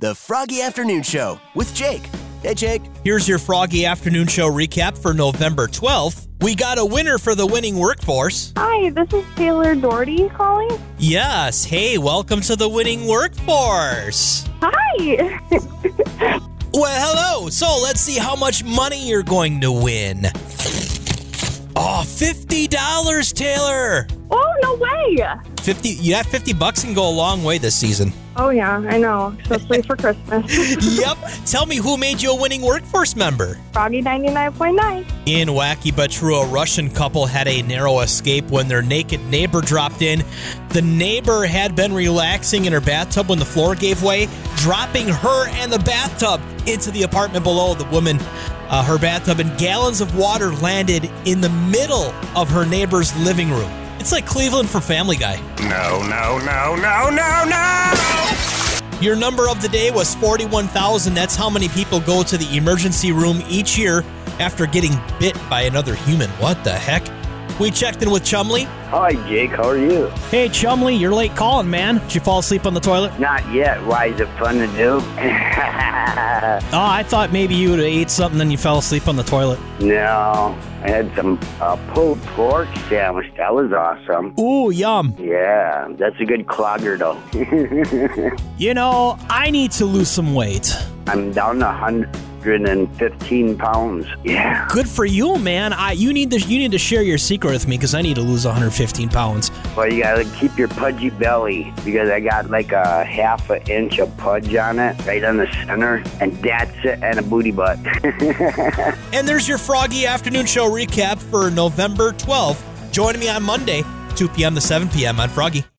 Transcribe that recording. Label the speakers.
Speaker 1: The Froggy Afternoon Show with Jake. Hey, Jake.
Speaker 2: Here's your Froggy Afternoon Show recap for November 12th. We got a winner for the winning workforce.
Speaker 3: Hi, this is Taylor Doherty calling.
Speaker 2: Yes, hey, welcome to the winning workforce.
Speaker 3: Hi.
Speaker 2: Well, hello. So let's see how much money you're going to win. Oh, $50, Taylor.
Speaker 3: oh, no way.
Speaker 2: 50 you have 50 bucks and go a long way this season.
Speaker 3: Oh, yeah, I know. Especially for Christmas.
Speaker 2: yep. Tell me who made you a winning workforce member.
Speaker 3: Froggy 99.9.
Speaker 2: In Wacky But True, a Russian couple had a narrow escape when their naked neighbor dropped in. The neighbor had been relaxing in her bathtub when the floor gave way, dropping her and the bathtub into the apartment below. The woman, uh, her bathtub, and gallons of water landed in the middle of her neighbor's living room. It's like Cleveland for Family Guy.
Speaker 1: No, no, no, no, no, no!
Speaker 2: Your number of the day was 41,000. That's how many people go to the emergency room each year after getting bit by another human. What the heck? We checked in with Chumley.
Speaker 4: Hi, Jake. How are you?
Speaker 2: Hey, Chumley, you're late calling, man. Did you fall asleep on the toilet?
Speaker 4: Not yet. Why is it fun to do?
Speaker 2: Oh, I thought maybe you would have ate something and you fell asleep on the toilet.
Speaker 4: no, I had some uh, pulled pork sandwich. That was awesome.
Speaker 2: Ooh, yum.
Speaker 4: Yeah, that's a good clogger, though.
Speaker 2: You know, I need to lose some weight.
Speaker 4: I'm down 115 pounds. Yeah.
Speaker 2: Good for you, man. I you need to you need to share your secret with me because I need to lose 115 pounds.
Speaker 4: Well, you gotta keep your pudgy belly because I got like a half an inch of pudge on it, right on the center, and that's it, and a booty butt.
Speaker 2: And there's your Froggy Afternoon Show recap for November 12th. Join me on Monday, 2 p.m. to 7 p.m. on Froggy.